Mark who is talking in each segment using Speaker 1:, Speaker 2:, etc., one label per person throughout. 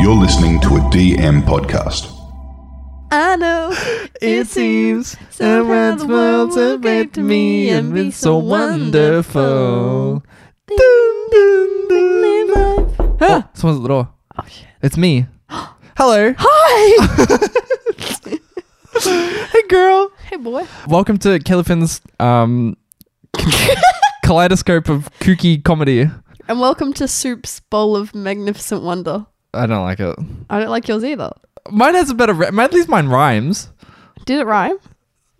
Speaker 1: You're listening to a DM podcast.
Speaker 2: I know
Speaker 3: It seems
Speaker 2: somehow
Speaker 3: around the world to
Speaker 2: gave
Speaker 3: met me and been so wonderful. Dun, dun, dun. Ah, someone's at the door.
Speaker 2: Oh shit!
Speaker 3: It's me. Hello.
Speaker 2: Hi.
Speaker 3: Hey, girl.
Speaker 2: hey boy.
Speaker 3: Welcome to Kellyfin's um, kaleidoscope of kooky comedy.
Speaker 2: And welcome to Soup's bowl of magnificent wonder.
Speaker 3: I don't like it.
Speaker 2: I don't like yours either.
Speaker 3: Mine has a better. Ri- mine- at least mine rhymes.
Speaker 2: Did it rhyme?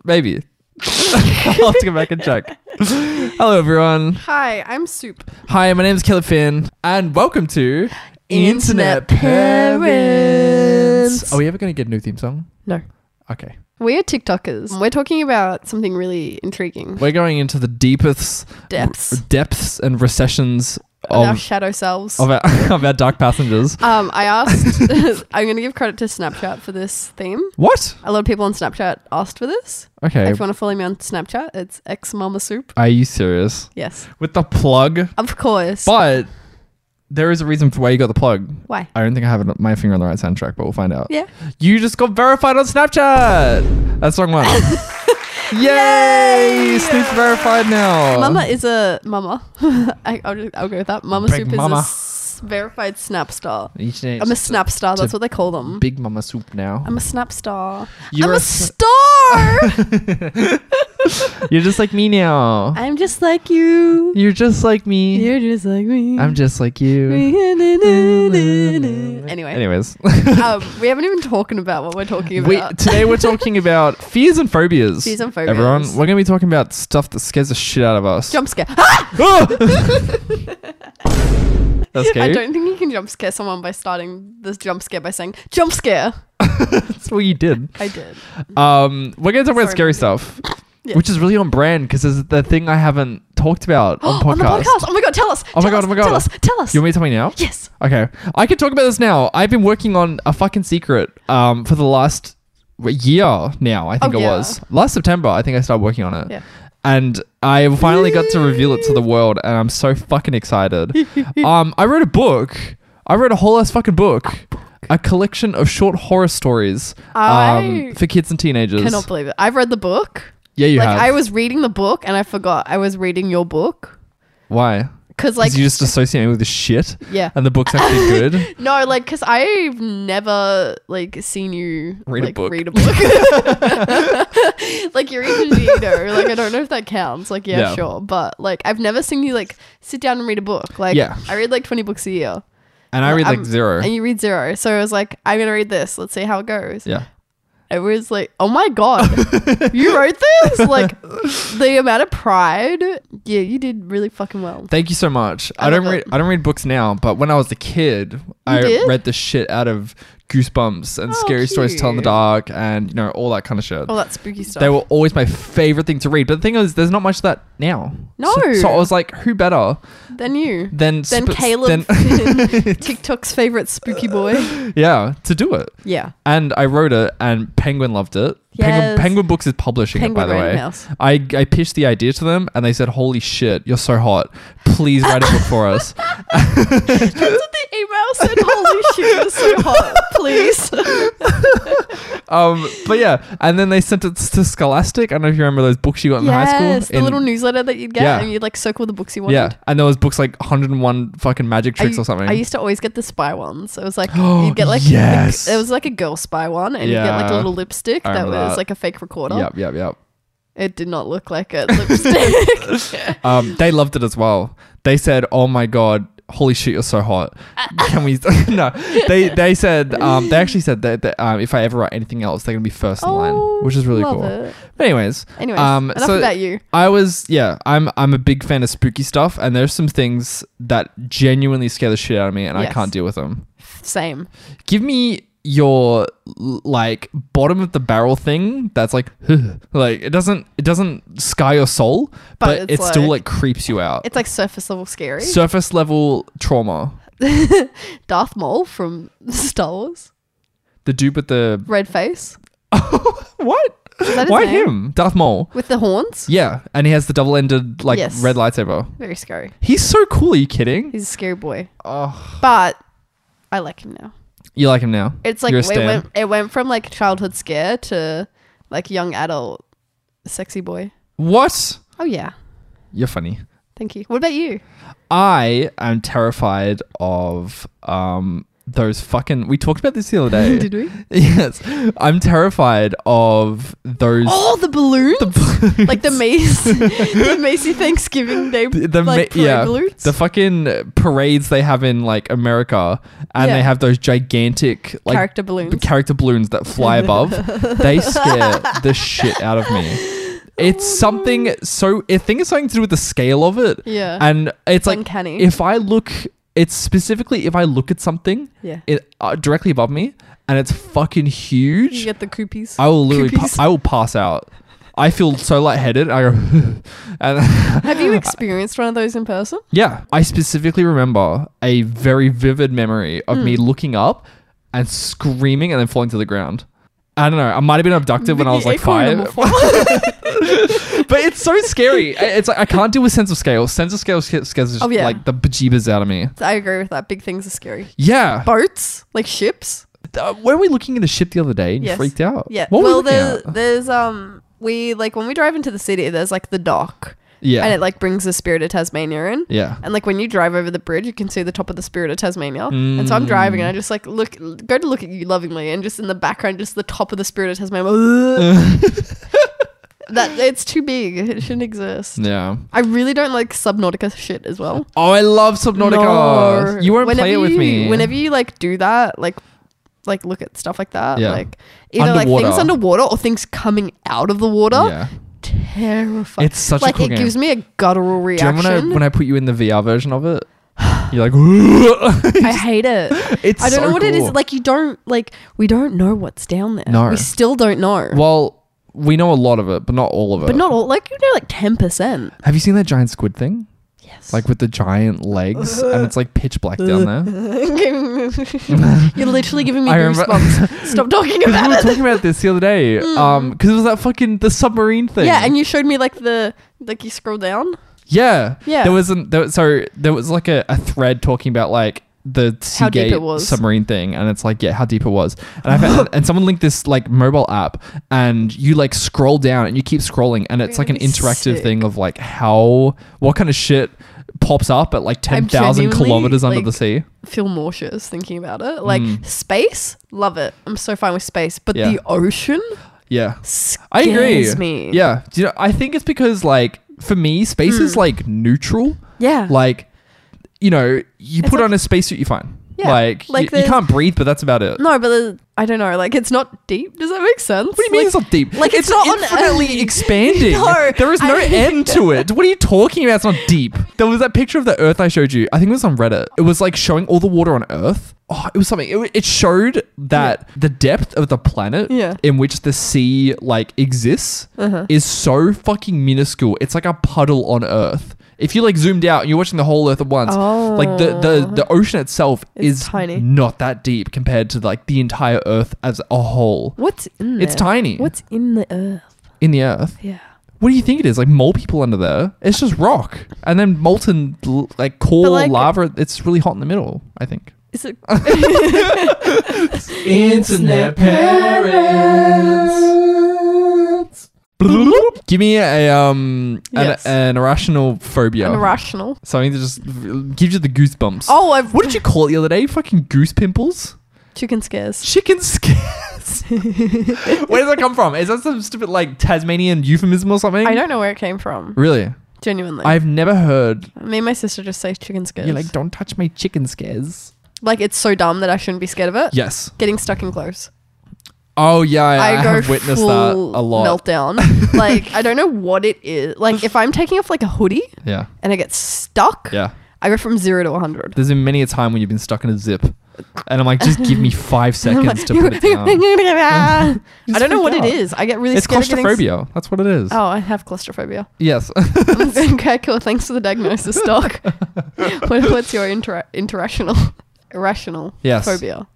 Speaker 3: Maybe. I'll have to go back and check. Hello, everyone.
Speaker 2: Hi, I'm Soup.
Speaker 3: Hi, my name is Killer Finn, and welcome to
Speaker 2: Internet Parents.
Speaker 3: Are we ever going to get a new theme song?
Speaker 2: No.
Speaker 3: Okay.
Speaker 2: We are TikTokers. We're talking about something really intriguing.
Speaker 3: We're going into the deepest
Speaker 2: Depths
Speaker 3: depths and recessions
Speaker 2: of our
Speaker 3: of,
Speaker 2: shadow selves.
Speaker 3: of, our, of our dark passengers.
Speaker 2: um, I asked. I'm going to give credit to Snapchat for this theme.
Speaker 3: What?
Speaker 2: A lot of people on Snapchat asked for this.
Speaker 3: Okay.
Speaker 2: If you want to follow me on Snapchat, it's X Mama Soup.
Speaker 3: Are you serious?
Speaker 2: Yes,
Speaker 3: With the plug?
Speaker 2: of course.
Speaker 3: But there is a reason for why you got the plug.
Speaker 2: Why?
Speaker 3: I don't think I have it, my finger on the right soundtrack, but we'll find out.
Speaker 2: Yeah.
Speaker 3: You just got verified on Snapchat. That's song one. Yay! Snoop's verified now.
Speaker 2: Mama is a mama. I, I'll, just, I'll go with that. Mama
Speaker 3: Big
Speaker 2: Soup
Speaker 3: mama.
Speaker 2: is a s- verified snap star.
Speaker 3: Each day
Speaker 2: I'm a snap star. That's
Speaker 3: to-
Speaker 2: what they call them.
Speaker 3: Big Mama Soup now.
Speaker 2: I'm a snap star.
Speaker 3: You're
Speaker 2: I'm
Speaker 3: a
Speaker 2: a,
Speaker 3: s-
Speaker 2: star.
Speaker 3: You're just like me now.
Speaker 2: I'm just like you.
Speaker 3: You're just like me.
Speaker 2: You're just like me.
Speaker 3: I'm just like you.
Speaker 2: Anyway,
Speaker 3: Anyways,
Speaker 2: um, we haven't even talking about what we're talking
Speaker 3: we,
Speaker 2: about.
Speaker 3: today we're talking about fears and phobias.
Speaker 2: Fears and phobias.
Speaker 3: Everyone, we're going to be talking about stuff that scares the shit out of us.
Speaker 2: jump scare. Ah!
Speaker 3: Ah! That's
Speaker 2: I
Speaker 3: scary.
Speaker 2: don't think you can jump scare someone by starting this jump scare by saying jump scare.
Speaker 3: That's what you did.
Speaker 2: I did.
Speaker 3: Um, we're going to talk about
Speaker 2: Sorry,
Speaker 3: scary
Speaker 2: Mandy.
Speaker 3: stuff,
Speaker 2: Yeah.
Speaker 3: which is really on brand because it's the thing I haven't talked about on
Speaker 2: On the podcast. Oh my god! Tell us.
Speaker 3: Oh my
Speaker 2: tell
Speaker 3: God,
Speaker 2: us,
Speaker 3: oh my God.
Speaker 2: Tell us. Tell us.
Speaker 3: You want me to tell me now?
Speaker 2: yes.
Speaker 3: Okay, I can talk about this now. I've been working on a fucking secret um, for the last w- year now. I think
Speaker 2: Oh,
Speaker 3: it
Speaker 2: yeah.
Speaker 3: was last September. I think I started working on it,
Speaker 2: Yeah.
Speaker 3: and I finally got to reveal it to the world, and I'm so fucking excited. um, I wrote a book. I wrote a whole ass fucking book, a collection of short horror stories um,
Speaker 2: I
Speaker 3: for kids and teenagers.
Speaker 2: cannot believe it. I've read the book.
Speaker 3: yeah, you
Speaker 2: like
Speaker 3: have.
Speaker 2: I was reading the book and I forgot I was reading your book
Speaker 3: Why?
Speaker 2: because
Speaker 3: Like
Speaker 2: like
Speaker 3: you just associate me with the shit,
Speaker 2: yeah
Speaker 3: and the book's actually good.
Speaker 2: no like because I've never like seen you
Speaker 3: Read a
Speaker 2: like,
Speaker 3: book.
Speaker 2: read a book like you're a reader like I don't know if that counts like yeah,
Speaker 3: Yeah.
Speaker 2: sure but like I've never seen you like sit down and read a book like
Speaker 3: Yeah.
Speaker 2: I read like twenty books a year
Speaker 3: And I read like
Speaker 2: I'm-
Speaker 3: zero.
Speaker 2: and you read zero so I was like I'm gonna read this let's see how it goes
Speaker 3: yeah.
Speaker 2: it was like, oh my god, you wrote this! Like the amount of pride. Yeah, you did really fucking well.
Speaker 3: Thank you so much. I,
Speaker 2: I
Speaker 3: don't
Speaker 2: love
Speaker 3: read I don't read books now, but when I was a kid, I
Speaker 2: did?
Speaker 3: read the shit out of Goosebumps and
Speaker 2: Oh,
Speaker 3: Scary Stories to Tell in the
Speaker 2: cute.
Speaker 3: Dark and you know all that kind of shit.
Speaker 2: All that Oh, spooky stuff.
Speaker 3: they were always my favorite thing to read. But the thing is, there's not much of that now.
Speaker 2: No.
Speaker 3: So, so I was like, who better
Speaker 2: then you.
Speaker 3: than
Speaker 2: Then
Speaker 3: sp-
Speaker 2: Caleb,
Speaker 3: than-
Speaker 2: Finn, TikTok's favorite spooky boy.
Speaker 3: yeah, to do it.
Speaker 2: Yeah.
Speaker 3: And I wrote it, and Penguin loved it. Penguin,
Speaker 2: Yes.
Speaker 3: Penguin Books is publishing
Speaker 2: Penguin
Speaker 3: it, by the
Speaker 2: Random
Speaker 3: way.
Speaker 2: House.
Speaker 3: I, I pitched the idea to them, and they said, "Holy shit, you're so hot! Please write a book for us."
Speaker 2: That's what the email said. Holy shit, you're so hot. Please.
Speaker 3: Um, but yeah, and then they sent it to Scholastic. I don't know if you remember those books you got in high school.
Speaker 2: yes, the
Speaker 3: in-
Speaker 2: little newsletter that you'd get
Speaker 3: Yeah.
Speaker 2: and you'd like circle the books you wanted.
Speaker 3: yeah, and there was books like 101 fucking magic
Speaker 2: I,
Speaker 3: tricks or something.
Speaker 2: I used to always get the spy ones. It was like you'd get like
Speaker 3: Yes.
Speaker 2: a, it was like a girl spy one, and you get like a
Speaker 3: Yeah.
Speaker 2: little lipstick
Speaker 3: I
Speaker 2: that was
Speaker 3: remember that.
Speaker 2: like a fake recorder.
Speaker 3: yep, yep, yep.
Speaker 2: It did not look like a lipstick.
Speaker 3: Um, they loved it as well. They said, "Oh my god, holy shit, you're so hot."
Speaker 2: Uh,
Speaker 3: Can we? no, they they said um, they actually said that, that um, if I ever write anything else, they're gonna be first in line, which is really
Speaker 2: Oh, love
Speaker 3: cool.
Speaker 2: it.
Speaker 3: But anyways,
Speaker 2: Anyways,
Speaker 3: Um,
Speaker 2: enough
Speaker 3: so-
Speaker 2: about you.
Speaker 3: I was yeah, I'm I'm a big fan of spooky stuff, and there's some things that genuinely scare the shit out of me, and I
Speaker 2: Yes.
Speaker 3: can't deal with them.
Speaker 2: Same.
Speaker 3: Give me your l- like bottom of the barrel thing that's like like it doesn't it doesn't scar your soul, but,
Speaker 2: it's
Speaker 3: it still
Speaker 2: like-
Speaker 3: like creeps you out.
Speaker 2: It's like surface level scary.
Speaker 3: Surface level trauma.
Speaker 2: Darth Maul from Star Wars,
Speaker 3: The dude with the
Speaker 2: red face
Speaker 3: what?
Speaker 2: that his
Speaker 3: Why
Speaker 2: name?
Speaker 3: him? Darth Maul.
Speaker 2: with the horns.
Speaker 3: Yeah, and he has the double-ended like
Speaker 2: Yes.
Speaker 3: red lightsaber.
Speaker 2: Very scary.
Speaker 3: He's so cool. Are you kidding?
Speaker 2: He's a scary boy.
Speaker 3: Oh,
Speaker 2: But I like him now.
Speaker 3: You like him now?
Speaker 2: It's like
Speaker 3: You're a
Speaker 2: it
Speaker 3: stan.
Speaker 2: went, it went from like childhood scare to like young adult sexy boy.
Speaker 3: What?
Speaker 2: Oh yeah.
Speaker 3: You're funny.
Speaker 2: Thank you. What about you?
Speaker 3: I am terrified of um those fucking. We talked about this the other day.
Speaker 2: Did we?
Speaker 3: Yes, I'm terrified of those.
Speaker 2: Oh, the balloons. Like the Macy, the Macy Thanksgiving Day
Speaker 3: The, the
Speaker 2: like,
Speaker 3: ma-
Speaker 2: parade
Speaker 3: yeah,
Speaker 2: balloons.
Speaker 3: the fucking parades they have in like America, and
Speaker 2: Yeah.
Speaker 3: they have those gigantic like
Speaker 2: character balloons.
Speaker 3: b- character balloons that fly above. they scare the shit out of me. It's
Speaker 2: Oh,
Speaker 3: something so. I think it's something to do with the scale of it.
Speaker 2: Yeah.
Speaker 3: and it's like
Speaker 2: uncanny.
Speaker 3: if I look, it's specifically if I look at something,
Speaker 2: Yeah.
Speaker 3: it uh, directly above me, and it's fucking huge.
Speaker 2: you get the coopies.
Speaker 3: I will literally, pa-
Speaker 2: Coopies.
Speaker 3: I will pass out. I feel so lightheaded. I go, and
Speaker 2: Have you experienced one of those in person?
Speaker 3: yeah, I specifically remember a very vivid memory of
Speaker 2: Hmm.
Speaker 3: me looking up and screaming and then falling to the ground. I don't know. I might have been abducted when I was like
Speaker 2: Acorn
Speaker 3: five,
Speaker 2: number four.
Speaker 3: but it's so scary. I- It's like I can't deal with sense of scale. Sense of scale sca- scares just,
Speaker 2: Oh, yeah.
Speaker 3: like the bejeebers out of me.
Speaker 2: I agree with that. Big things are scary.
Speaker 3: Yeah.
Speaker 2: Boats, like ships.
Speaker 3: Uh, were we looking at a ship the other day and you
Speaker 2: Yes.
Speaker 3: freaked out?
Speaker 2: Yeah.
Speaker 3: What
Speaker 2: well,
Speaker 3: were we
Speaker 2: there's,
Speaker 3: looking at?
Speaker 2: there's um we like when we drive into the city, there's like the dock,
Speaker 3: Yeah.
Speaker 2: and it like brings the spirit of Tasmania in.
Speaker 3: yeah.
Speaker 2: And like when you drive over the bridge, you can see the top of the Spirit of Tasmania. And so I'm driving,
Speaker 3: Mm.
Speaker 2: and I just like look, go to look at you lovingly, and just in the background, just the top of the Spirit of Tasmania. that it's too big. It shouldn't exist.
Speaker 3: Yeah.
Speaker 2: I really don't like Subnautica shit as well.
Speaker 3: Oh, I love Subnautica.
Speaker 2: No.
Speaker 3: You won't play it with
Speaker 2: you-
Speaker 3: me.
Speaker 2: Whenever you like do that, like like look at stuff like that,
Speaker 3: Yeah.
Speaker 2: like either like
Speaker 3: Underwater.
Speaker 2: things underwater or things coming out of the water.
Speaker 3: Yeah.
Speaker 2: Terrifying.
Speaker 3: It's such a
Speaker 2: like
Speaker 3: cool
Speaker 2: it
Speaker 3: game.
Speaker 2: gives me a guttural
Speaker 3: Do you
Speaker 2: reaction.
Speaker 3: remember when I, when I put you in the VR version of it? You're like,
Speaker 2: I hate it.
Speaker 3: it's.
Speaker 2: I don't
Speaker 3: so
Speaker 2: know what it is.
Speaker 3: cool.
Speaker 2: Like you don't like we don't know what's down there.
Speaker 3: No.
Speaker 2: we still don't know.
Speaker 3: Well, we know a lot of it, but not all of it.
Speaker 2: But not all. Like you know, like ten percent.
Speaker 3: Have you seen that giant squid thing?
Speaker 2: Yes.
Speaker 3: Like with the giant legs, and it's like pitch black down there.
Speaker 2: You're literally giving me
Speaker 3: I remember-
Speaker 2: goosebumps. Stop talking
Speaker 3: We
Speaker 2: about
Speaker 3: were
Speaker 2: it. Hmm.
Speaker 3: talking about this the other day, um, because it was that fucking the submarine thing.
Speaker 2: Yeah, and you showed me like the like you scroll down.
Speaker 3: Yeah.
Speaker 2: Yeah.
Speaker 3: There wasn't there, was- so there was like a, a thread talking about like the
Speaker 2: How deep
Speaker 3: Seagate
Speaker 2: it was.
Speaker 3: submarine thing and it's like yeah how deep it was and I found, and someone linked this like mobile app and you like scroll down and you keep scrolling and it's like an
Speaker 2: Really
Speaker 3: interactive
Speaker 2: sick.
Speaker 3: thing of like how what kind of shit pops up at like 10,000
Speaker 2: genuinely,
Speaker 3: kilometers under the
Speaker 2: like,
Speaker 3: sea
Speaker 2: Feel nauseous thinking about it. Like space, love it. I'm so fine with space, but
Speaker 3: Mm. Yeah.
Speaker 2: the ocean
Speaker 3: yeah
Speaker 2: scares
Speaker 3: I agree
Speaker 2: me.
Speaker 3: yeah do you know I think it's because like for me space is
Speaker 2: Hmm.
Speaker 3: like neutral
Speaker 2: yeah.
Speaker 3: like you know you
Speaker 2: It's
Speaker 3: put
Speaker 2: like-
Speaker 3: on a spacesuit you find
Speaker 2: Yeah,
Speaker 3: like,
Speaker 2: like
Speaker 3: you, you
Speaker 2: there's-
Speaker 3: can't breathe but that's about it
Speaker 2: no, but the- I don't know. Like it's not deep. Does that make sense?
Speaker 3: What do you mean
Speaker 2: Like,
Speaker 3: it's not deep?
Speaker 2: like, it's not on
Speaker 3: infinitely
Speaker 2: Earth.
Speaker 3: expanding.
Speaker 2: No,
Speaker 3: there is no
Speaker 2: I-
Speaker 3: end to it. What are you talking about? It's not deep. There was that picture of the Earth I showed you. I think it was on Reddit. It was like showing all the water on Earth. Oh, it was something. It, it showed that the depth of the planet
Speaker 2: Yeah. Uh-huh.
Speaker 3: in which the sea like exists is so fucking minuscule. It's like a puddle on Earth. If you like zoomed out and you're watching the whole Earth at once, like the, the the ocean itself
Speaker 2: Oh. It's
Speaker 3: is
Speaker 2: tiny.
Speaker 3: not that deep compared to like the entire Earth as a whole.
Speaker 2: What's in there?
Speaker 3: It's tiny.
Speaker 2: What's in the earth?
Speaker 3: in the earth.
Speaker 2: Yeah.
Speaker 3: What do you think it is? Like mole people under there? It's just rock, and then molten l- like core
Speaker 2: But, like-
Speaker 3: lava. It's really hot in the middle. I think.
Speaker 2: Is it
Speaker 3: Internet parents. Give me a um an,
Speaker 2: Yes.
Speaker 3: an irrational phobia.
Speaker 2: irrational?
Speaker 3: Something that just v- gives you the goosebumps.
Speaker 2: Oh, I've
Speaker 3: What did you call it the other day? Fucking goose pimples?
Speaker 2: chicken scares.
Speaker 3: Chicken scares? Where does that come from? Is that some stupid like Tasmanian euphemism or something?
Speaker 2: I don't know where it came from.
Speaker 3: Really?
Speaker 2: Genuinely,
Speaker 3: I've never heard.
Speaker 2: me and my sister just say chicken scares.
Speaker 3: You're like, don't touch my chicken scares.
Speaker 2: Like, it's so dumb that I shouldn't be scared of it.
Speaker 3: Yes.
Speaker 2: Getting stuck in clothes.
Speaker 3: Oh yeah, I, I
Speaker 2: go
Speaker 3: have witnessed that a
Speaker 2: full
Speaker 3: lot.
Speaker 2: meltdown. like I don't know what it is. Like if I'm taking off like a hoodie
Speaker 3: Yeah,
Speaker 2: and I get stuck,
Speaker 3: yeah.
Speaker 2: I go from zero to 100.
Speaker 3: There's been many a time when you've been stuck in a zip, and I'm like, just give me five seconds to put it down.
Speaker 2: I
Speaker 3: Just
Speaker 2: don't know
Speaker 3: freak
Speaker 2: what
Speaker 3: out.
Speaker 2: it is. I get really
Speaker 3: It's
Speaker 2: scared. of getting s-
Speaker 3: claustrophobia. That's what it is.
Speaker 2: Oh, I have claustrophobia.
Speaker 3: Yes.
Speaker 2: okay, cool. Thanks for the diagnosis, doc. what, what's your intera- international, irrational
Speaker 3: Yes.
Speaker 2: phobia?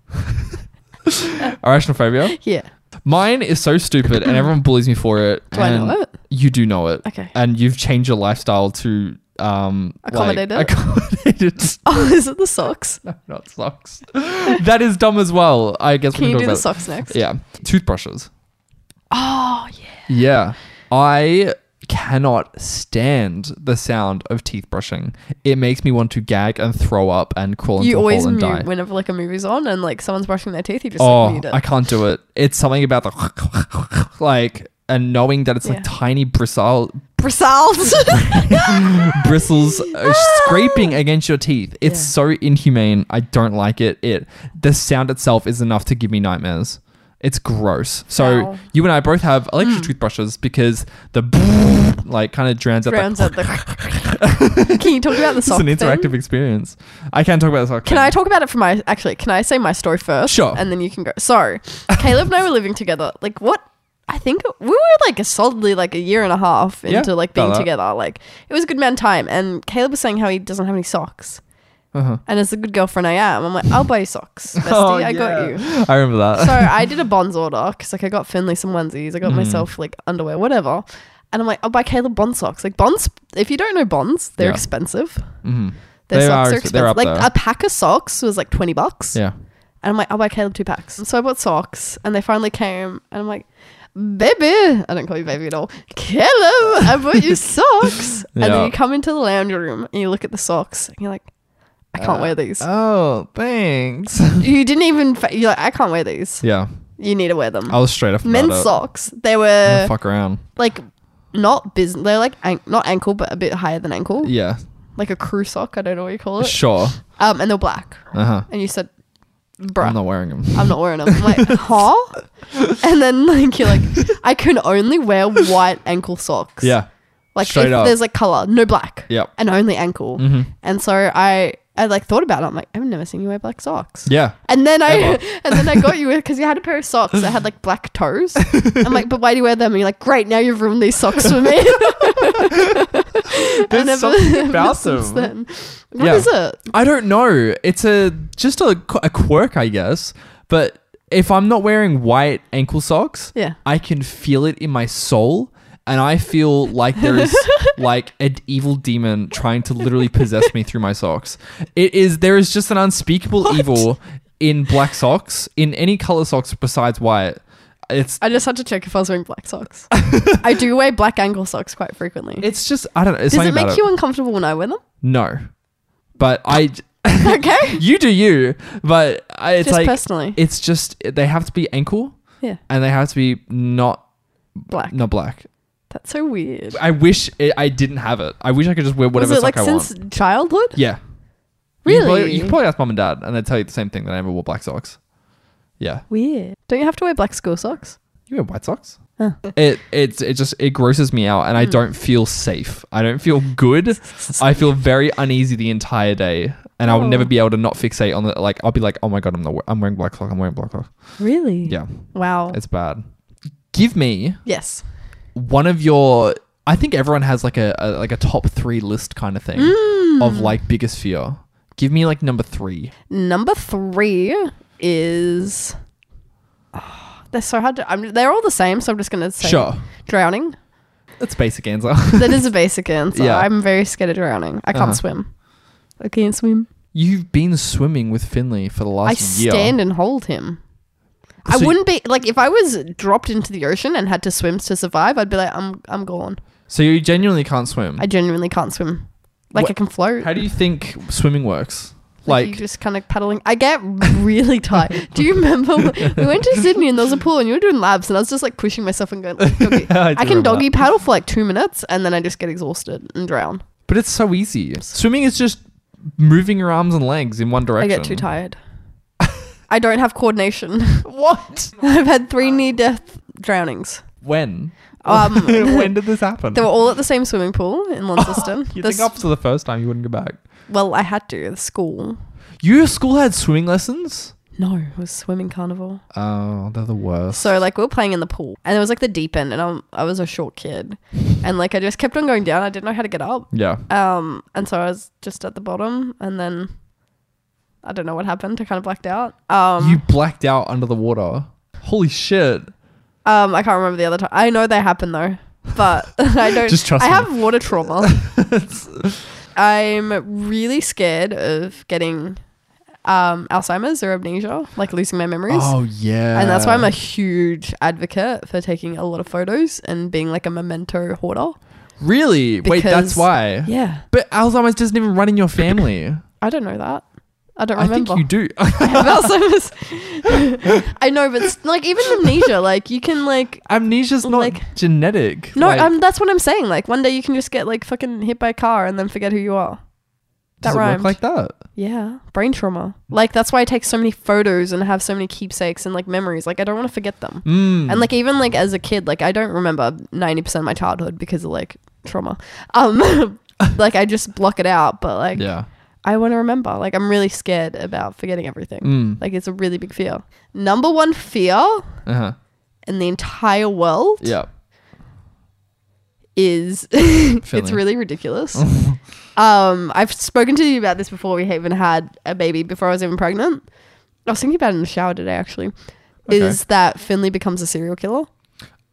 Speaker 3: Irrational phobia.
Speaker 2: Yeah.
Speaker 3: Mine is so stupid, and everyone bullies me for it.
Speaker 2: Do I know
Speaker 3: and
Speaker 2: it?
Speaker 3: You do know it.
Speaker 2: Okay.
Speaker 3: And you've changed your lifestyle to um like,
Speaker 2: Accommodated?
Speaker 3: accommodated
Speaker 2: Oh, is it the socks?
Speaker 3: no, not socks. that is dumb as well. I guess
Speaker 2: Can
Speaker 3: we
Speaker 2: you
Speaker 3: can
Speaker 2: do
Speaker 3: talk
Speaker 2: the
Speaker 3: about
Speaker 2: socks next?
Speaker 3: it. Yeah. Toothbrushes.
Speaker 2: Oh, yeah.
Speaker 3: Yeah. I cannot stand the sound of teeth brushing. It makes me want to gag and throw up and crawl into
Speaker 2: You
Speaker 3: a hole
Speaker 2: always
Speaker 3: and
Speaker 2: mute
Speaker 3: die.
Speaker 2: whenever like a movie's on and like someone's brushing their teeth. You just like,
Speaker 3: oh,
Speaker 2: mute it.
Speaker 3: I can't do it. It's something about the like and knowing that it's
Speaker 2: Yeah.
Speaker 3: like tiny bristle
Speaker 2: Bristles.
Speaker 3: bristles are scraping against your teeth. It's
Speaker 2: Yeah.
Speaker 3: so inhumane. I don't like it. It the sound itself is enough to give me nightmares. It's gross. So
Speaker 2: Wow. Mm.
Speaker 3: you and I both have electric toothbrushes because the like kind of drowns out.
Speaker 2: Rounds
Speaker 3: the
Speaker 2: out the. Can you talk about the
Speaker 3: it's
Speaker 2: sock?
Speaker 3: an
Speaker 2: thing?
Speaker 3: interactive experience. I can talk about this. sock
Speaker 2: Can
Speaker 3: thing.
Speaker 2: I talk about it from my actually? Can I say my story first?
Speaker 3: Sure.
Speaker 2: And then you can go. So, Caleb and I were living together. Like what? I think we were like a solidly like a year and a half
Speaker 3: Yeah,
Speaker 2: into like being
Speaker 3: about that.
Speaker 2: together. Like it was a good man time. And Caleb was saying how he doesn't have any socks.
Speaker 3: Uh-huh.
Speaker 2: And as the good girlfriend I am, I'm like, I'll buy you socks, bestie.
Speaker 3: Oh,
Speaker 2: I got
Speaker 3: yeah.
Speaker 2: you.
Speaker 3: I remember that.
Speaker 2: So I did a Bonds order because like I got Finley some onesies. I
Speaker 3: Hmm.
Speaker 2: got myself like underwear, whatever. And I'm like, I'll buy Caleb Bond socks. Like Bonds, if you don't know Bonds, they're
Speaker 3: Yeah.
Speaker 2: expensive.
Speaker 3: Mhm.
Speaker 2: Their
Speaker 3: They
Speaker 2: socks
Speaker 3: are
Speaker 2: are,
Speaker 3: ex- they're
Speaker 2: expensive.
Speaker 3: up
Speaker 2: Like
Speaker 3: there.
Speaker 2: a pack of socks was like twenty bucks.
Speaker 3: Yeah.
Speaker 2: And I'm like, I'll buy Caleb two packs. So I bought socks and they finally came and I'm like, baby, I don't call you baby at all. Caleb, I bought you socks. And
Speaker 3: Yeah.
Speaker 2: then you come into the lounge room and you look at the socks and you're like, I
Speaker 3: Uh,
Speaker 2: can't wear these.
Speaker 3: Oh, thanks.
Speaker 2: you didn't even, fa- you're like, I can't wear these.
Speaker 3: yeah,
Speaker 2: You need to wear them.
Speaker 3: I was straight off.
Speaker 2: Men's socks, they were
Speaker 3: fuck around.
Speaker 2: like not business, they're like an- not ankle, but a bit higher than ankle.
Speaker 3: Yeah.
Speaker 2: Like a crew sock, I don't know what you call it.
Speaker 3: Sure.
Speaker 2: Um, And they're black.
Speaker 3: Uh huh.
Speaker 2: And you said, bruh.
Speaker 3: I'm not wearing them.
Speaker 2: I'm not wearing them. I'm like, huh? And then like you're like, I can only wear white ankle socks.
Speaker 3: Yeah.
Speaker 2: Like
Speaker 3: straight
Speaker 2: if
Speaker 3: up. Mm.
Speaker 2: there's like color, no black.
Speaker 3: Yep.
Speaker 2: And only ankle.
Speaker 3: Mm-hmm.
Speaker 2: And so I I like thought about it. I'm like, I've never seen you wear black socks.
Speaker 3: Yeah.
Speaker 2: And then I
Speaker 3: Ever.
Speaker 2: and then I got you because you had a pair of socks that had like black toes. I'm like, but why do you wear them? And you're like, great, now you've ruined these socks for me.
Speaker 3: There's
Speaker 2: ever-
Speaker 3: something about
Speaker 2: Since then,
Speaker 3: them.
Speaker 2: what
Speaker 3: Yeah.
Speaker 2: is it?
Speaker 3: I don't know. It's a just a, qu- a quirk, I guess. But if I'm not wearing white ankle socks,
Speaker 2: Yeah.
Speaker 3: I can feel it in my soul, and I feel like there is like an evil demon trying to literally possess me through my socks. It is there is just an unspeakable evil in black socks, in any color socks besides white. It's
Speaker 2: I just had to check if I was wearing black socks. I do wear black ankle socks quite frequently.
Speaker 3: it's just I don't know. It's
Speaker 2: Does
Speaker 3: something
Speaker 2: it make
Speaker 3: about
Speaker 2: you uncomfortable when I wear them?
Speaker 3: no, but I.
Speaker 2: okay.
Speaker 3: You do you, but I, it's
Speaker 2: Just
Speaker 3: like
Speaker 2: personally.
Speaker 3: it's just they have to be ankle
Speaker 2: Yeah.
Speaker 3: and they have to be not
Speaker 2: Black.
Speaker 3: not black.
Speaker 2: That's so weird.
Speaker 3: I wish it, I didn't have it. I wish I could just wear
Speaker 2: Was
Speaker 3: whatever
Speaker 2: it
Speaker 3: sock
Speaker 2: like
Speaker 3: I
Speaker 2: since
Speaker 3: want.
Speaker 2: childhood?
Speaker 3: Yeah, You can, probably,
Speaker 2: Really?
Speaker 3: you can probably ask mom and dad, and they'd tell you the same thing that I never wore black socks. Yeah,
Speaker 2: weird. Don't you have to wear black school socks?
Speaker 3: you wear white socks.
Speaker 2: Huh. Hmm.
Speaker 3: It it's it just it grosses me out, and I don't feel safe. I don't feel good. I feel very uneasy the entire day, and I will
Speaker 2: Oh.
Speaker 3: never be able to not fixate on the like. I'll be like, oh my god, I'm not. we- I'm wearing black sock. I'm wearing black sock.
Speaker 2: Really?
Speaker 3: Yeah,
Speaker 2: Wow.
Speaker 3: it's bad. Give me
Speaker 2: yes.
Speaker 3: one of your I think everyone has like a, a like a top three list kind of thing
Speaker 2: Hmm.
Speaker 3: of like biggest fear. Give me like number three.
Speaker 2: Number three is. they're so hard to. I'm, they're all the same, so I'm just gonna say
Speaker 3: Sure.
Speaker 2: drowning.
Speaker 3: That's basic answer.
Speaker 2: That is a basic answer.
Speaker 3: Yeah.
Speaker 2: I'm very scared of drowning. I can't
Speaker 3: Uh-huh.
Speaker 2: swim. I can't swim.
Speaker 3: You've been swimming with Finley for the
Speaker 2: I
Speaker 3: last year.
Speaker 2: stand and hold him.
Speaker 3: So-
Speaker 2: I wouldn't be like if I was dropped into the ocean and had to swim to survive. I'd be like, I'm I'm gone.
Speaker 3: So you genuinely can't swim.
Speaker 2: I genuinely can't swim. Like
Speaker 3: What-
Speaker 2: I can float.
Speaker 3: How do you think swimming works?
Speaker 2: like,
Speaker 3: Like
Speaker 2: you just kind of paddling. I get really tired. do you remember when we went to Sydney and there was a pool and you were doing labs and I was just like pushing myself and going like doggy.
Speaker 3: I
Speaker 2: I,
Speaker 3: do
Speaker 2: can
Speaker 3: remember
Speaker 2: doggy paddle for like two minutes and then I just get exhausted and drown.
Speaker 3: But it's so easy. Swimming is just moving your arms and legs in one
Speaker 2: I
Speaker 3: direction.
Speaker 2: get too tired. I don't have coordination.
Speaker 3: What?
Speaker 2: I've had three near death drownings.
Speaker 3: When?
Speaker 2: Um,
Speaker 3: when did this happen?
Speaker 2: They were all at the same swimming pool in Launceston.
Speaker 3: you
Speaker 2: The
Speaker 3: think after the first time you wouldn't go back.
Speaker 2: s- well, I had to. The school.
Speaker 3: Your school had swimming lessons?
Speaker 2: No, it was swimming carnival.
Speaker 3: Oh, they're the worst.
Speaker 2: So like we were playing in the pool, and it was like the deep end, and I'm, I was a short kid, and like I just kept on going down. I didn't know how to get up.
Speaker 3: Yeah.
Speaker 2: Um, and so I was just at the bottom, and then I don't know what happened. I kind of blacked out. Um,
Speaker 3: you blacked out under the water. Holy shit.
Speaker 2: um, I can't remember the other time. I know they happened though. but I don't.
Speaker 3: Just trust
Speaker 2: I
Speaker 3: me.
Speaker 2: have water trauma. I'm really scared of getting um, Alzheimer's or amnesia, like losing my memories.
Speaker 3: Oh yeah.
Speaker 2: And that's why
Speaker 3: Um,
Speaker 2: I'm a huge advocate for taking a lot of photos and being like a memento hoarder.
Speaker 3: Really? Wait, that's
Speaker 2: Because-
Speaker 3: why.
Speaker 2: Yeah,
Speaker 3: But Alzheimer's doesn't even run in your family.
Speaker 2: I don't know that. I don't
Speaker 3: I think
Speaker 2: remember.
Speaker 3: you do.
Speaker 2: I have Alzheimer's. I know, but it's- like even amnesia, like you can like
Speaker 3: Amnesia's not
Speaker 2: Like-
Speaker 3: genetic.
Speaker 2: no,
Speaker 3: Like,
Speaker 2: um, that's what I'm saying. Like one day you can just get like fucking hit by a car and then forget who you are.
Speaker 3: does
Speaker 2: that
Speaker 3: it work
Speaker 2: rhymed.
Speaker 3: like that?
Speaker 2: Yeah, brain trauma. Like that's why I take so many photos and have so many keepsakes and like memories. Like I don't want to forget them.
Speaker 3: Mm.
Speaker 2: And like even like as a kid, like I don't remember ninety percent of my childhood because of like trauma. Um, like I just block it out. But like
Speaker 3: yeah.
Speaker 2: I want to remember. Like I'm really scared about forgetting everything.
Speaker 3: Mm.
Speaker 2: Like it's a really big fear. Number one fear
Speaker 3: Uh huh.
Speaker 2: in the entire world
Speaker 3: Yeah.
Speaker 2: is
Speaker 3: Feeling.
Speaker 2: it's really ridiculous. um, I've spoken to you about this before we even had a baby, before I was even pregnant. I was thinking about it in the shower today, actually. Is that Finley becomes a serial killer?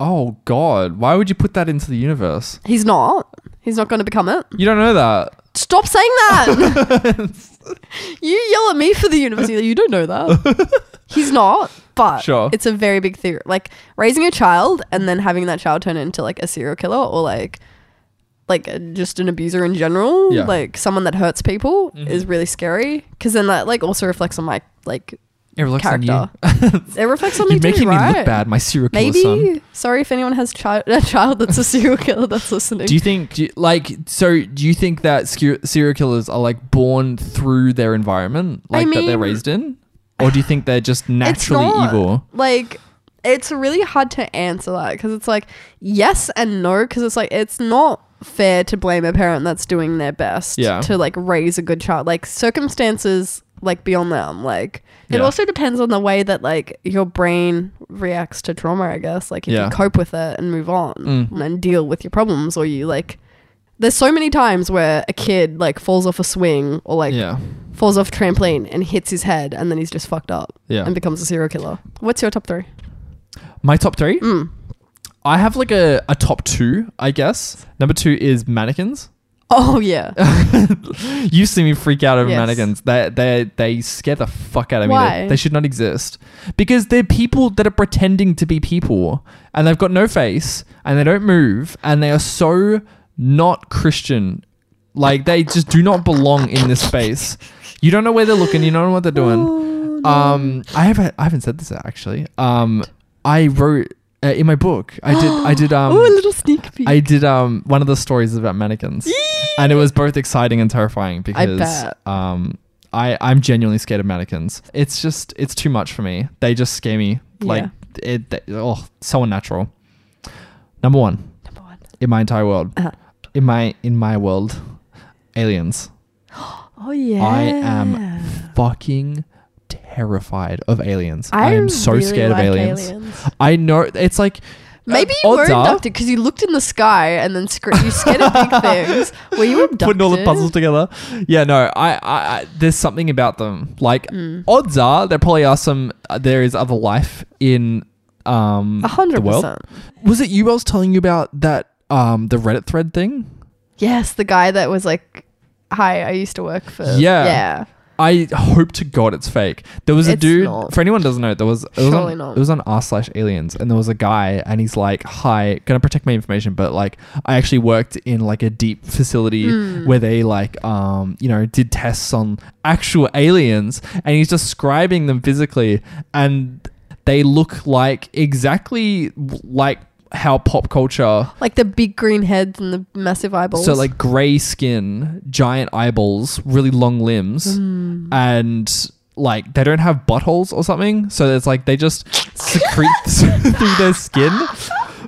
Speaker 3: Oh God. Why would you put that into the universe?
Speaker 2: He's not. He's not going to become it.
Speaker 3: You don't know that.
Speaker 2: Stop saying that. you yell at me for the university. You don't know that. He's not. But
Speaker 3: Sure.
Speaker 2: it's a very big theory. Like raising a child and then having that child turn into like a serial killer or like like uh, just an abuser in general,
Speaker 3: Yeah. Mm-hmm.
Speaker 2: like someone that hurts people is really scary because then that like also reflects on my like
Speaker 3: It looks
Speaker 2: character.
Speaker 3: on you.
Speaker 2: it reflects on
Speaker 3: You're
Speaker 2: me
Speaker 3: making
Speaker 2: too,
Speaker 3: me
Speaker 2: right?
Speaker 3: look bad, my serial killer son.
Speaker 2: Maybe sorry if anyone has chi- a child that's a serial killer that's listening.
Speaker 3: Do you think, do you- like, so do you think that scu- serial killers are like born through their environment, like that they're
Speaker 2: mean-
Speaker 3: raised in, or do you think they're just naturally evil?
Speaker 2: Like, it's really hard to answer that because it's like yes and no because it's like it's not fair to blame a parent that's doing their best
Speaker 3: Yeah.
Speaker 2: to like raise a good child. Like circumstances like beyond them. Like it
Speaker 3: Yeah.
Speaker 2: also depends on the way that like your brain reacts to trauma. I guess like if
Speaker 3: Yeah.
Speaker 2: you cope with it and move on
Speaker 3: Mm.
Speaker 2: and deal with your problems, or you like. There's so many times where a kid like falls off a swing or like
Speaker 3: Yeah.
Speaker 2: falls off trampoline and hits his head and then he's just fucked up
Speaker 3: Yeah.
Speaker 2: and becomes a serial killer. What's your top three?
Speaker 3: My top three.
Speaker 2: Mm.
Speaker 3: I have like a, a top two, I guess. Number two is mannequins.
Speaker 2: Oh yeah.
Speaker 3: you see me freak out over
Speaker 2: Yes.
Speaker 3: mannequins. They they they scare the fuck out of me.
Speaker 2: Why?
Speaker 3: They, they should not exist because they're people that are pretending to be people, and they've got no face, and they don't move, and they are so not Christian. Like they just do not belong in this space. You don't know where they're looking. You don't know what they're doing.
Speaker 2: Oh,
Speaker 3: Um, I haven't I haven't said this actually. Um, I wrote uh, in my book. I did I did um.
Speaker 2: oh, a little sneak peek.
Speaker 3: I did um one of the stories about mannequins, and it was both exciting and terrifying because
Speaker 2: bet.
Speaker 3: um I I'm genuinely scared of mannequins. It's just it's too much for me. They just scare me like it. They, oh, so unnatural. Number one
Speaker 2: Number one.
Speaker 3: in my entire world,
Speaker 2: Uh-huh.
Speaker 3: in my in my world, aliens.
Speaker 2: Oh yeah.
Speaker 3: I am fucking terrified of aliens.
Speaker 2: I,
Speaker 3: I, am so
Speaker 2: really
Speaker 3: scared
Speaker 2: like
Speaker 3: of aliens. I know it's like
Speaker 2: Maybe
Speaker 3: uh,
Speaker 2: you were
Speaker 3: odds are-
Speaker 2: inducted because you looked in the sky and then scr- you scared of big things. Were you abducted?
Speaker 3: putting all the puzzles together. Yeah, no, I, I, I there's something about them. Like
Speaker 2: Hmm.
Speaker 3: odds are there probably are some. Uh, there is other life in um
Speaker 2: A
Speaker 3: the
Speaker 2: hundred
Speaker 3: world.
Speaker 2: percent.
Speaker 3: Was it you I was telling you about that um the Reddit thread thing?
Speaker 2: Yes, the guy that was like, "Hi, I used to work for."
Speaker 3: Yeah.
Speaker 2: Yeah.
Speaker 3: I hope to God it's fake. There was a
Speaker 2: It's
Speaker 3: dude.
Speaker 2: not.
Speaker 3: For anyone who doesn't know, there was it was
Speaker 2: Surely
Speaker 3: on,
Speaker 2: not.
Speaker 3: It was on r slash aliens, and there was a guy, and he's like, "Hi, gonna protect my information, but like, I actually worked in like a deep facility
Speaker 2: Hmm.
Speaker 3: where they like, um, you know, did tests on actual aliens, and he's describing them physically, and they look like exactly like how pop culture
Speaker 2: Like the big green heads and the massive eyeballs.
Speaker 3: so like grey skin, giant eyeballs, really long limbs,
Speaker 2: Hmm.
Speaker 3: and like they don't have buttholes or something. So it's like they just secrete through their skin.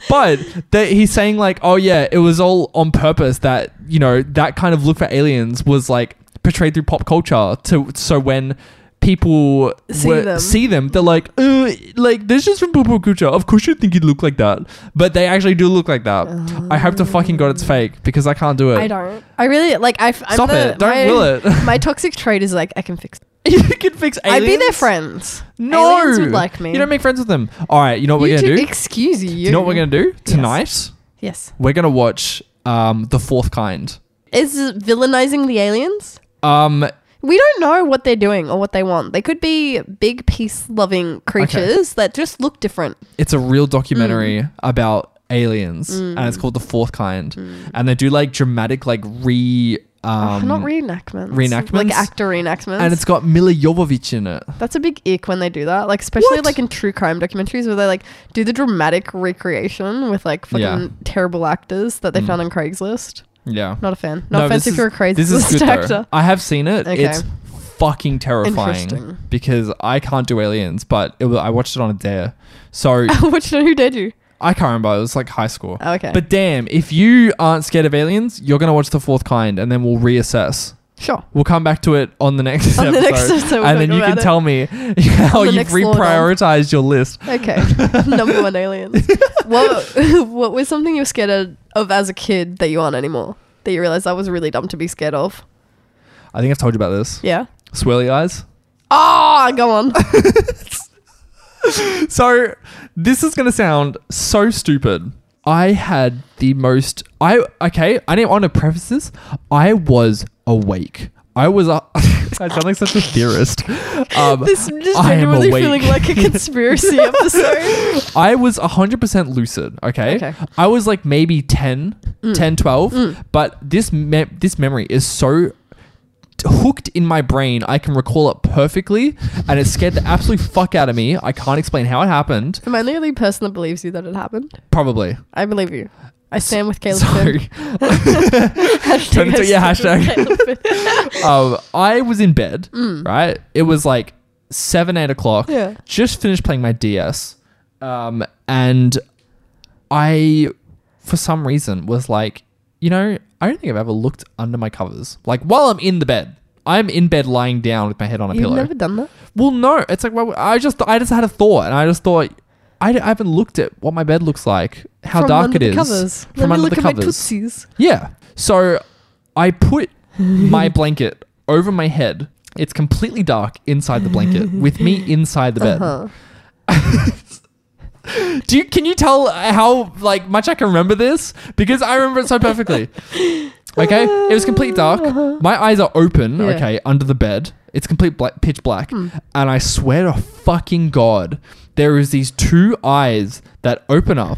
Speaker 3: But they, he's saying like, oh yeah, it was all on purpose that you know that kind of look for aliens was like portrayed through pop culture to so when. People
Speaker 2: See them.
Speaker 3: see them. They're like, uh, like this is from pop culture. Of course, you think you'd look like that, but they actually do look like that.
Speaker 2: Uh-huh.
Speaker 3: I hope to fucking god it's fake because I can't do it.
Speaker 2: I don't. I really like. I. f- I'm
Speaker 3: Stop
Speaker 2: the-
Speaker 3: it! Don't
Speaker 2: my-
Speaker 3: will it.
Speaker 2: My toxic trait is like I can fix.
Speaker 3: you can fix aliens.
Speaker 2: I'd be their friends.
Speaker 3: No,
Speaker 2: aliens would like me.
Speaker 3: You don't make friends with them. All right, you know what
Speaker 2: You
Speaker 3: we're gonna
Speaker 2: two-
Speaker 3: do?
Speaker 2: Excuse you.
Speaker 3: You know what we're gonna do tonight?
Speaker 2: Yes.
Speaker 3: We're gonna watch um, the fourth kind.
Speaker 2: Is it villainizing the aliens?
Speaker 3: Um,
Speaker 2: We don't know what they're doing or what they want. They could be big, peace loving creatures that just look different.
Speaker 3: it's a real documentary
Speaker 2: Mm.
Speaker 3: about aliens, and it's called the fourth kind. And they do like dramatic, like re. Um,
Speaker 2: Not reenactments. Like
Speaker 3: reenactments?
Speaker 2: actor reenactments.
Speaker 3: and it's got Mila Jovovich in it.
Speaker 2: That's a big ick when they do that. Like especially
Speaker 3: What?
Speaker 2: like in true crime documentaries where they like do the dramatic recreation with like fucking
Speaker 3: Yeah.
Speaker 2: terrible actors that they found on Craigslist.
Speaker 3: Yeah.
Speaker 2: Not a fan. Not
Speaker 3: No,
Speaker 2: a fan
Speaker 3: this
Speaker 2: if
Speaker 3: is-
Speaker 2: you're a Craigslist
Speaker 3: this is good, though.
Speaker 2: actor.
Speaker 3: I have seen it.
Speaker 2: Okay.
Speaker 3: It's fucking terrifying
Speaker 2: Interesting.
Speaker 3: because I can't do aliens, but it was, I watched it on a dare. So
Speaker 2: Which who did you?
Speaker 3: I can't remember. It was like high school.
Speaker 2: Oh, okay.
Speaker 3: But damn, if you aren't scared of aliens, you're gonna watch the fourth kind, and then we'll reassess.
Speaker 2: Sure.
Speaker 3: We'll come back to it on the next
Speaker 2: On the
Speaker 3: episode,
Speaker 2: next episode, we'll
Speaker 3: and then
Speaker 2: talk
Speaker 3: you
Speaker 2: about
Speaker 3: can
Speaker 2: it.
Speaker 3: tell me how
Speaker 2: On the
Speaker 3: you've
Speaker 2: next floor down.
Speaker 3: reprioritized your list.
Speaker 2: Okay. Number one aliens. What what was something you were scared of, of as a kid that you aren't anymore? That you realized that was really dumb to be scared of?
Speaker 3: I think I've told you about this.
Speaker 2: Yeah.
Speaker 3: Swirly eyes.
Speaker 2: Oh, go on.
Speaker 3: So this is gonna sound so stupid. I had the most. I okay. I didn't want to preface this. I was awake. I was. A, I sound like such a theorist. Um,
Speaker 2: this is just
Speaker 3: I am
Speaker 2: genuinely
Speaker 3: awake.
Speaker 2: feeling like a conspiracy episode.
Speaker 3: I was 100% lucid, okay?
Speaker 2: Okay. Mm.
Speaker 3: I was like maybe 10, 10, 12, but this me- this memory is so t- hooked in my brain. I can recall it perfectly and it scared the absolute fuck out of me. I can't explain how it happened.
Speaker 2: Am I the only person that believes you that it happened?
Speaker 3: Probably.
Speaker 2: I believe you. I stand with Caleb.
Speaker 3: So,
Speaker 2: Finn. Hashtag
Speaker 3: Turn into-
Speaker 2: I
Speaker 3: yeah,
Speaker 2: stand
Speaker 3: hashtag.
Speaker 2: with Caleb Finn.
Speaker 3: um, I was in bed, right? It was like seven, eight o'clock.
Speaker 2: Mm. Yeah.
Speaker 3: Just finished playing my DS. Um, and I, for some reason, was like, you know, I don't think I've ever looked under my covers. Like, while I'm in the bed, I'm in bed lying down with my head on a
Speaker 2: You've
Speaker 3: pillow.
Speaker 2: never done that?
Speaker 3: well, no. It's like, well, I just, I just had a thought and I just thought, I, d- I haven't looked at what my bed looks like, how
Speaker 2: From
Speaker 3: dark
Speaker 2: under
Speaker 3: it
Speaker 2: the
Speaker 3: is.
Speaker 2: Covers.
Speaker 3: From
Speaker 2: Let
Speaker 3: under
Speaker 2: me look
Speaker 3: the
Speaker 2: at my
Speaker 3: covers.
Speaker 2: tootsies.
Speaker 3: Yeah. So I put my blanket over my head. It's completely dark inside the blanket with me inside the bed.
Speaker 2: Huh. Uh-huh.
Speaker 3: Do you, can you tell how like much I can remember this because I remember it so perfectly. Okay? It was complete dark. My eyes are open,
Speaker 2: Uh-huh. Yeah. Hmm.
Speaker 3: okay, under the bed. It's complete black, pitch black. And I swear to fucking god, there is these two eyes that open up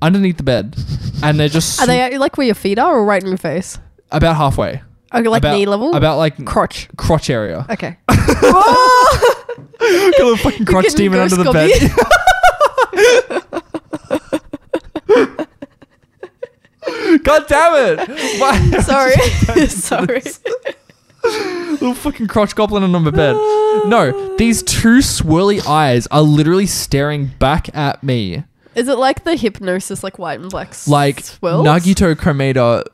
Speaker 3: underneath the bed and they're just
Speaker 2: Are they like where your feet are or right in your face?
Speaker 3: about halfway.
Speaker 2: Okay, like
Speaker 3: about,
Speaker 2: knee level?
Speaker 3: About like
Speaker 2: crotch.
Speaker 3: crotch area.
Speaker 2: Okay.
Speaker 3: Got a fucking crotch
Speaker 2: getting
Speaker 3: demon under the bed.
Speaker 2: ghost
Speaker 3: God damn it! Why
Speaker 2: Sorry. Sorry.
Speaker 3: little fucking crotch goblin under my bed? No, these two swirly eyes are literally staring back at me,
Speaker 2: Is it like the hypnosis, like white and black s-
Speaker 3: like
Speaker 2: swirls?
Speaker 3: Nagito Komeda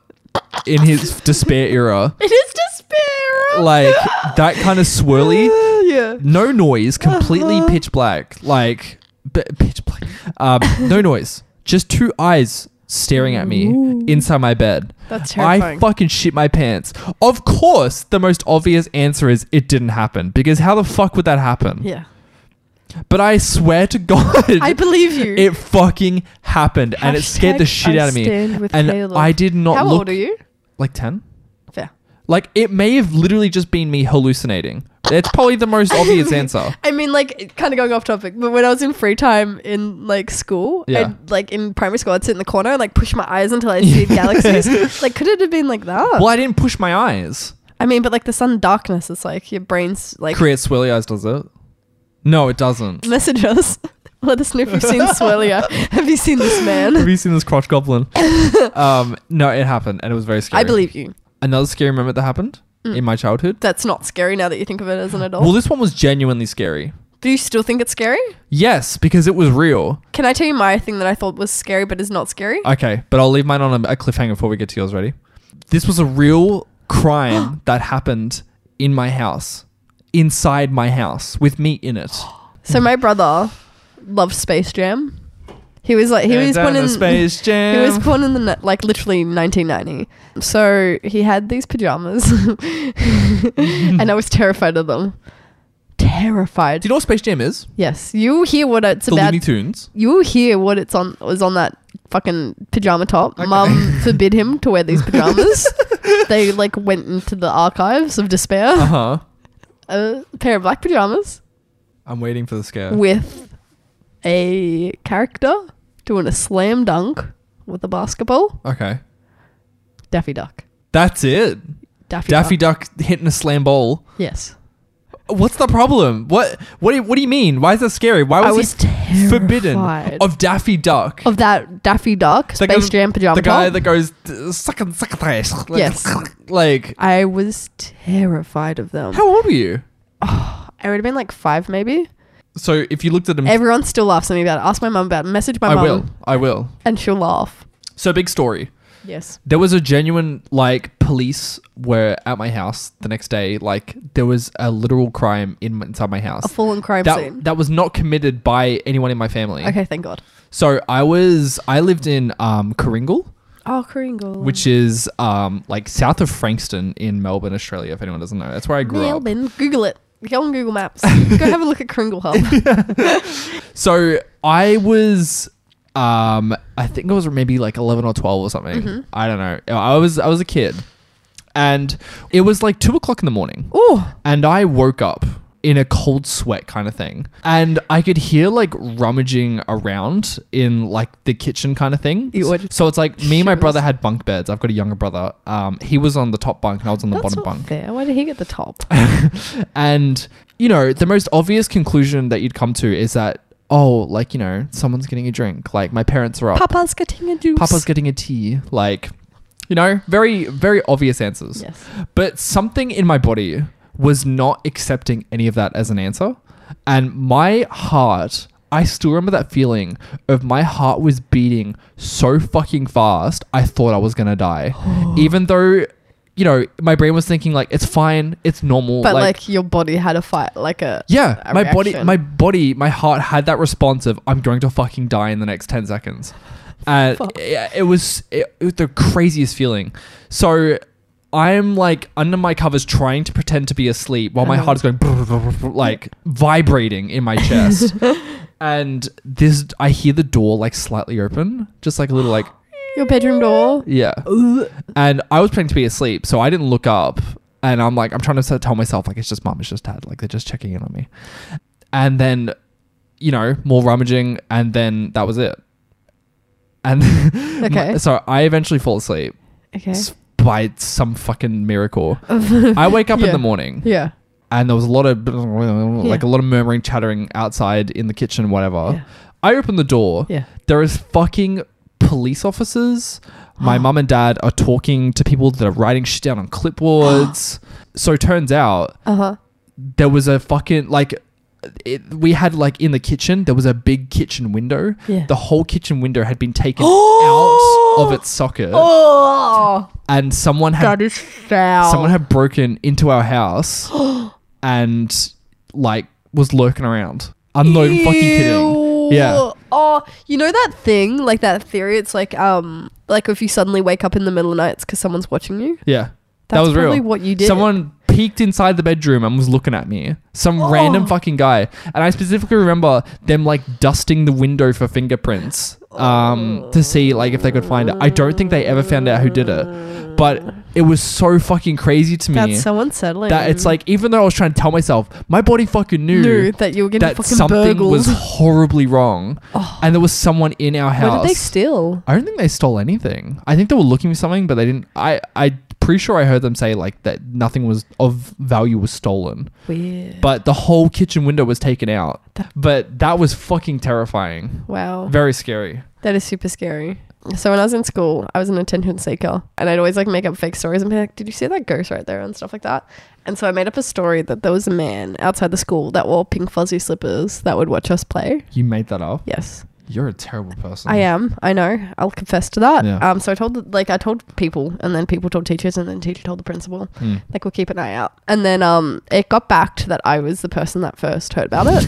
Speaker 3: in his despair era,
Speaker 2: It is despair.
Speaker 3: like that kind of swirly.
Speaker 2: yeah.
Speaker 3: No noise, completely
Speaker 2: Uh-huh.
Speaker 3: pitch black, like b- pitch black. Um, no noise, just two eyes staring at me inside my bed.
Speaker 2: That's terrifying.
Speaker 3: I fucking shit my pants. Of course, the most obvious answer is it didn't happen because how the fuck would that happen?
Speaker 2: yeah.
Speaker 3: But I swear to God,
Speaker 2: I believe you.
Speaker 3: it fucking happened and it scared the
Speaker 2: Hashtag
Speaker 3: shit
Speaker 2: I
Speaker 3: out of me.
Speaker 2: stand with
Speaker 3: and
Speaker 2: Caleb.
Speaker 3: I did not
Speaker 2: How
Speaker 3: look
Speaker 2: old are you?
Speaker 3: like 10.
Speaker 2: Fair.
Speaker 3: Like it may have literally just been me hallucinating. It's probably the most obvious answer.
Speaker 2: I mean, like, kind of going off topic, but when I was in free time in like school,
Speaker 3: Yeah.
Speaker 2: I'd, like in primary school, I'd sit in the corner and like push my eyes until I see galaxies. Like, could it have been like that?
Speaker 3: Well, I didn't push my eyes.
Speaker 2: I mean, but like the sun darkness is like your brain's like
Speaker 3: Create swirly eyes, does it? No, it doesn't.
Speaker 2: message us. Let us know if you've seen Swirlia. Have you seen this
Speaker 3: Have
Speaker 2: man?
Speaker 3: you seen this crotch goblin? um, no, it happened and it was very scary.
Speaker 2: I believe Mm. you.
Speaker 3: another scary moment that happened in my childhood.
Speaker 2: That's not scary now that you think of it as an adult.
Speaker 3: Well, this one was genuinely scary.
Speaker 2: Do you still think it's scary?
Speaker 3: Yes, because it was real.
Speaker 2: Can I tell you my thing that I thought was scary but is not scary?
Speaker 3: Okay, but I'll leave mine on a, a cliffhanger before we get to yours. Ready? This was a real crime that happened in my house, inside my house, with me in it.
Speaker 2: So my brother loved Space Jam. He was like he was born in
Speaker 3: Space Jam.
Speaker 2: He was born in the ni- like literally 1990. So he had these pajamas, and I was terrified of them. Terrified.
Speaker 3: Do you know what Space Jam is?
Speaker 2: yes, you hear what it's
Speaker 3: The
Speaker 2: about.
Speaker 3: Looney Tunes.
Speaker 2: you hear what it's on was on that fucking pajama top. Mum forbid him to wear these pajamas. they like went into the archives of
Speaker 3: Uh
Speaker 2: despair.
Speaker 3: huh. Oh.
Speaker 2: A pair of black pajamas
Speaker 3: I'm waiting for the scare.
Speaker 2: with a character doing a slam dunk with a basketball.
Speaker 3: okay.
Speaker 2: Daffy Duck.
Speaker 3: That's it.
Speaker 2: Daffy,
Speaker 3: Daffy
Speaker 2: Duck.
Speaker 3: Duck hitting a slam ball.
Speaker 2: Yes.
Speaker 3: What's the problem? What what do you, what do you mean? Why is that scary? Why was,
Speaker 2: I was
Speaker 3: he forbidden
Speaker 2: terrified.
Speaker 3: of Daffy Duck?
Speaker 2: Of that Daffy Duck
Speaker 3: The
Speaker 2: Space
Speaker 3: guy-
Speaker 2: Jam pajama
Speaker 3: The guy
Speaker 2: top.
Speaker 3: that goes "Uh, suck and suck and suck." like,
Speaker 2: Yes.
Speaker 3: Like
Speaker 2: I was terrified of them.
Speaker 3: how old were you?
Speaker 2: I would have been like five, maybe.
Speaker 3: So if you looked at him,
Speaker 2: Everyone still laughs at me about it. Ask my mum about it. Message my
Speaker 3: Um, I
Speaker 2: mum.
Speaker 3: will. I will.
Speaker 2: And she'll laugh.
Speaker 3: So big story.
Speaker 2: Yes.
Speaker 3: There was a genuine like police were at my house the next day. Like there was a literal crime in inside my house.
Speaker 2: A full on crime
Speaker 3: that,
Speaker 2: scene.
Speaker 3: that was not committed by anyone in my family.
Speaker 2: okay, thank God.
Speaker 3: So I was I lived in um Coringle,
Speaker 2: Oh, Kringle.
Speaker 3: which is um like south of Frankston in Melbourne, Australia, if anyone doesn't know. That's where I grew up.
Speaker 2: Melbourne. Google it. Go on Google Maps. Go have a look at Kringle Hub.
Speaker 3: So I was um I think I was maybe like 11 or 12 or something. I don't know. I was I was a kid. And it was like two o'clock in the morning.
Speaker 2: oh,
Speaker 3: and I woke up in a cold sweat kind of thing. And I could hear like rummaging around in like the kitchen kind of thing.
Speaker 2: You would-
Speaker 3: So it's like me and my
Speaker 2: Shivers.
Speaker 3: brother had bunk beds. I've got a younger brother. Um, he was on the top bunk and I was on the
Speaker 2: that's
Speaker 3: bottom
Speaker 2: not
Speaker 3: bunk.
Speaker 2: fair. Why did he get the top?
Speaker 3: And you know, the most obvious conclusion that you'd come to is that oh, like you know, someone's getting a drink. Like my parents are up.
Speaker 2: Papa's getting a juice.
Speaker 3: Papa's getting a tea. Like, you know, very very obvious answers.
Speaker 2: Yes.
Speaker 3: But something in my body was not accepting any of that as an answer. And my heart, I still remember that feeling of my heart was beating so fucking fast, I thought I was gonna die. Even though, you know, my brain was thinking like, it's fine, it's normal.
Speaker 2: But like, your body had a fight, like a
Speaker 3: yeah,
Speaker 2: a
Speaker 3: my body,
Speaker 2: reaction.
Speaker 3: my body, my heart had that response of "I'm going to fucking die in the next ten seconds," and
Speaker 2: Fuck.
Speaker 3: it, it was it, it was the craziest feeling. So I'm like under my covers trying to pretend to be asleep while my
Speaker 2: Uh-huh.
Speaker 3: heart is going like vibrating in my chest, and this I hear the door like slightly open, just like a little like
Speaker 2: your bedroom door.
Speaker 3: yeah. And I was planning to be asleep, so I didn't look up. And I'm like, I'm trying to s- tell myself, like, it's just mum, it's just dad. Like, they're just checking in on me. And then, you know, more rummaging. And then that was it. And
Speaker 2: Okay.
Speaker 3: so I eventually fall asleep
Speaker 2: Okay.
Speaker 3: s- by some fucking miracle. I wake up in
Speaker 2: Yeah.
Speaker 3: the morning
Speaker 2: Yeah.
Speaker 3: and there was a lot of, like, a lot of murmuring, chattering outside in the kitchen, whatever.
Speaker 2: Yeah.
Speaker 3: I open the door
Speaker 2: Yeah.
Speaker 3: there is fucking police officers. My mum and dad are talking to people that are writing shit down on clipboards. so turns out
Speaker 2: Uh huh.
Speaker 3: there was a fucking like it, we had like in the kitchen there was a big kitchen window.
Speaker 2: Yeah.
Speaker 3: The whole kitchen window had been taken out of its socket,
Speaker 2: Oh,
Speaker 3: and someone had
Speaker 2: that is foul.
Speaker 3: someone had broken into our house and like was lurking around. I'm not even fucking kidding. Yeah.
Speaker 2: Ew. Oh, you know that thing, like that theory. It's like um, like if you suddenly wake up in the middle of the night, it's because someone's watching you.
Speaker 3: Yeah. that
Speaker 2: That's
Speaker 3: was
Speaker 2: probably
Speaker 3: real.
Speaker 2: what you did.
Speaker 3: Someone peeked inside the bedroom and was looking at me. Some
Speaker 2: Oh.
Speaker 3: random fucking guy. And I specifically remember them like dusting the window for fingerprints um, to see like if they could find it. I don't think they ever found out who did it, but it was so fucking crazy to me
Speaker 2: That's so unsettling.
Speaker 3: that it's like even though I was trying to tell myself, my body fucking knew.
Speaker 2: knew that you were getting
Speaker 3: that
Speaker 2: fucking
Speaker 3: something
Speaker 2: burgled. Oh.
Speaker 3: was horribly wrong, and there was someone in our house.
Speaker 2: Where did they steal?
Speaker 3: I don't think they stole anything. I think they were looking for something, but they didn't. I I pretty sure I heard them say like that nothing was of value was stolen,
Speaker 2: Weird.
Speaker 3: but the whole kitchen window was taken out. But that was fucking terrifying,
Speaker 2: Wow.
Speaker 3: very scary.
Speaker 2: That is super scary. So when I was in school, I was an attention seeker, and I'd always like make up fake stories and be like, "Did you see that ghost right there?" and stuff like that. And so I made up a story that there was a man outside the school that wore pink fuzzy slippers that would watch us play.
Speaker 3: You made that up.
Speaker 2: Yes,
Speaker 3: You're a terrible person.
Speaker 2: I uh, am. I know. I'll confess to that.
Speaker 3: Mm. Yeah.
Speaker 2: Um, so I told like I told people, and then people told teachers, and then teacher told the principal.
Speaker 3: Hmm.
Speaker 2: Like we'll keep an eye out. And then um, it got back to that I was the person that first heard about it.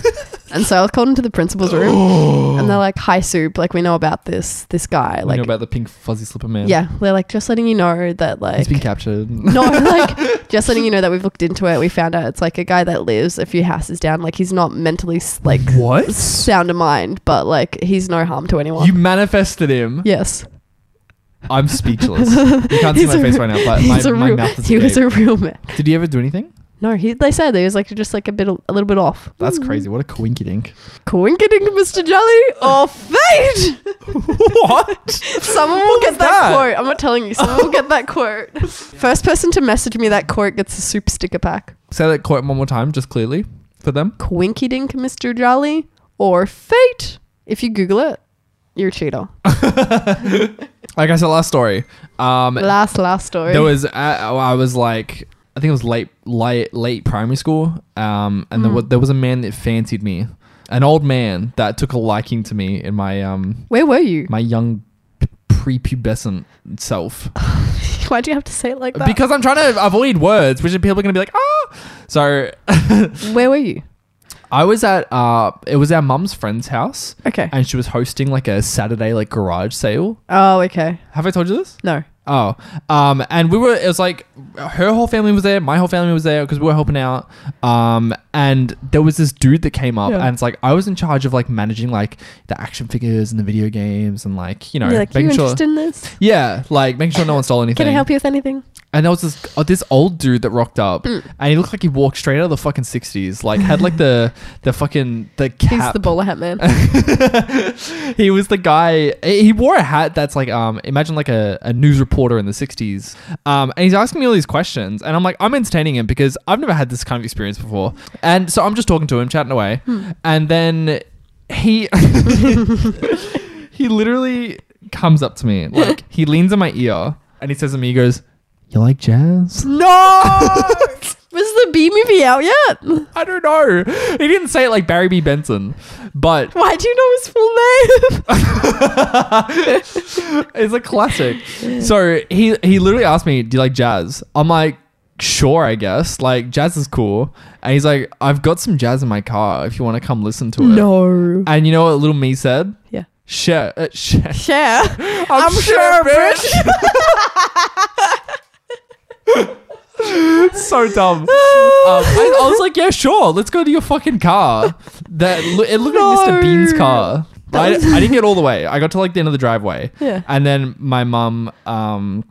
Speaker 2: And so I was called into the principal's room and they're like, Hi, Soup. Like, we know about this, this guy.
Speaker 3: you
Speaker 2: Like,
Speaker 3: know about the pink fuzzy slipper man.
Speaker 2: yeah, they're like, just letting you know that, like,
Speaker 3: he's been captured.
Speaker 2: no, like, just letting you know that we've looked into it. We found out it's like a guy that lives a few houses down. Like, he's not mentally, s- like,
Speaker 3: what?
Speaker 2: sound of mind, but like, he's no harm to anyone.
Speaker 3: You manifested him.
Speaker 2: yes.
Speaker 3: I'm speechless. You can't see
Speaker 2: He's
Speaker 3: my
Speaker 2: a-
Speaker 3: face right now, but my,
Speaker 2: he's a
Speaker 3: my
Speaker 2: real,
Speaker 3: mouth is.
Speaker 2: He was a
Speaker 3: agape.
Speaker 2: real man.
Speaker 3: Did he ever do anything?
Speaker 2: No, he, they said he was like just like a bit, a little bit off.
Speaker 3: That's crazy. What a coinkydink.
Speaker 2: Coinciding, Mr. Jelly, or fate?
Speaker 3: what?
Speaker 2: Someone will get
Speaker 3: was
Speaker 2: that,
Speaker 3: that?
Speaker 2: quote. I'm not telling you. Someone will get that quote. First person to message me that quote gets a soup sticker pack.
Speaker 3: Say that quote one more time, just clearly for them.
Speaker 2: Quinky dink, Mr. Jolly, or fate. If you Google it, you're a cheater.
Speaker 3: Okay, so last story. Um,
Speaker 2: Last, last story.
Speaker 3: There was uh, I was like I think it was late late late primary school. Um, and there
Speaker 2: Hmm.
Speaker 3: was there was a man that fancied me, an old man that took a liking to me in my um
Speaker 2: Where were you?
Speaker 3: my young p- prepubescent self
Speaker 2: Why'd you have to say it like that?
Speaker 3: because I'm trying to avoid words which people are gonna be like ah. So
Speaker 2: Where were you?
Speaker 3: I was at uh it was our mum's friend's house
Speaker 2: Okay.
Speaker 3: and she was hosting like a Saturday like garage sale.
Speaker 2: oh, okay.
Speaker 3: Have I told you this?
Speaker 2: No.
Speaker 3: Oh, um, and we were. It was like her whole family was there, my whole family was there because we were helping out. Um, and there was this dude that came up,
Speaker 2: Yeah.
Speaker 3: and it's like I was in charge of like managing like the action figures and the video games, and like you know
Speaker 2: You're like, you
Speaker 3: making sure.
Speaker 2: interested in this?
Speaker 3: Yeah, like making sure no one stole anything.
Speaker 2: Can I help you with anything?
Speaker 3: And there was this uh, this old dude that rocked up,
Speaker 2: Mm.
Speaker 3: and he looked like he walked straight out of the fucking sixties. Like had like the the fucking the cap.
Speaker 2: He's the bowler hat man.
Speaker 3: he was the guy he wore a hat that's like um imagine like a, a news reporter in the 60s um and he's asking me all these questions and i'm like i'm entertaining him because i've never had this kind of experience before and so i'm just talking to him chatting away and then he he literally comes up to me like he leans on my ear and he says to me he goes you like jazz
Speaker 2: no! Was the B movie out yet?
Speaker 3: i don't know he didn't say it like barry b benson but
Speaker 2: Why do you know his full name?
Speaker 3: it's a classic. So he he literally asked me, "Do you like jazz?" I'm like, "Sure, I guess. Like jazz is cool." And he's like, "I've got some jazz in my car. If you want to come listen to it."
Speaker 2: No.
Speaker 3: And you know what little me said?
Speaker 2: Yeah.
Speaker 3: Share, uh, share.
Speaker 2: Share. I'm, sure, bitch.
Speaker 3: so dumb. Um, I, I was like, "Yeah, sure. Let's go to your fucking car." That lo- it looked like Mr.
Speaker 2: No.
Speaker 3: Bean's car. But I, I didn't get all the way. I got to like the end of the driveway.
Speaker 2: Yeah.
Speaker 3: And then my mum um,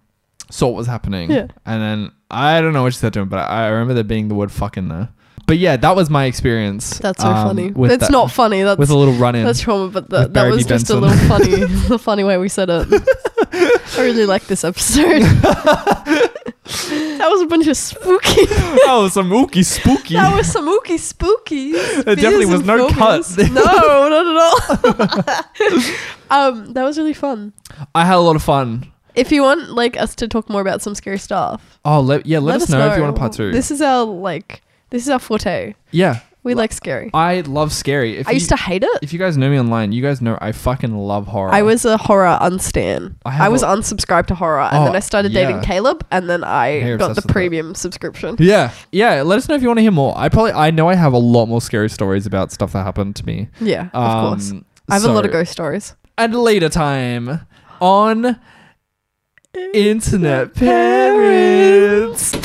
Speaker 3: saw what was happening.
Speaker 2: Yeah.
Speaker 3: And then I don't know what she said to him, but I, I remember there being the word "fucking" there. But yeah, that was my experience.
Speaker 2: That's so
Speaker 3: um,
Speaker 2: funny.
Speaker 3: with
Speaker 2: That's
Speaker 3: that-
Speaker 2: not funny. That's
Speaker 3: with a little run in.
Speaker 2: that's trauma, but that
Speaker 3: with
Speaker 2: that
Speaker 3: Barry
Speaker 2: was
Speaker 3: D.
Speaker 2: just a little
Speaker 3: Benson.
Speaker 2: funny, the funny way we said it. I really like this episode. that was a bunch of spooky.
Speaker 3: that was some ooky spooky.
Speaker 2: That was some ooky spooky. It
Speaker 3: definitely was no cut.
Speaker 2: no, not at all. um, that was really fun.
Speaker 3: I had a lot of fun.
Speaker 2: If you want like us to talk more about some scary stuff,
Speaker 3: Oh, let, yeah, let, us, know, if you want a part two.
Speaker 2: This is our like this is our forte.
Speaker 3: yeah,
Speaker 2: We like scary.
Speaker 3: I love scary. If
Speaker 2: I
Speaker 3: you-
Speaker 2: used to hate it.
Speaker 3: If you guys know me online, you guys know I fucking love horror.
Speaker 2: I was a horror unstan.
Speaker 3: I
Speaker 2: I,
Speaker 3: have
Speaker 2: was
Speaker 3: a-
Speaker 2: unsubscribed to horror,
Speaker 3: Oh,
Speaker 2: and then I started dating
Speaker 3: yeah.
Speaker 2: Caleb, and then I
Speaker 3: You're
Speaker 2: got the
Speaker 3: obsessed with that.
Speaker 2: premium subscription.
Speaker 3: Yeah, yeah. Let us know if you want to hear more. I probably, I know I have a lot more scary stories about stuff that happened to me.
Speaker 2: Yeah, of course.
Speaker 3: Um,
Speaker 2: I have a lot of
Speaker 3: so-
Speaker 2: ghost stories.
Speaker 3: And later time on internet parents.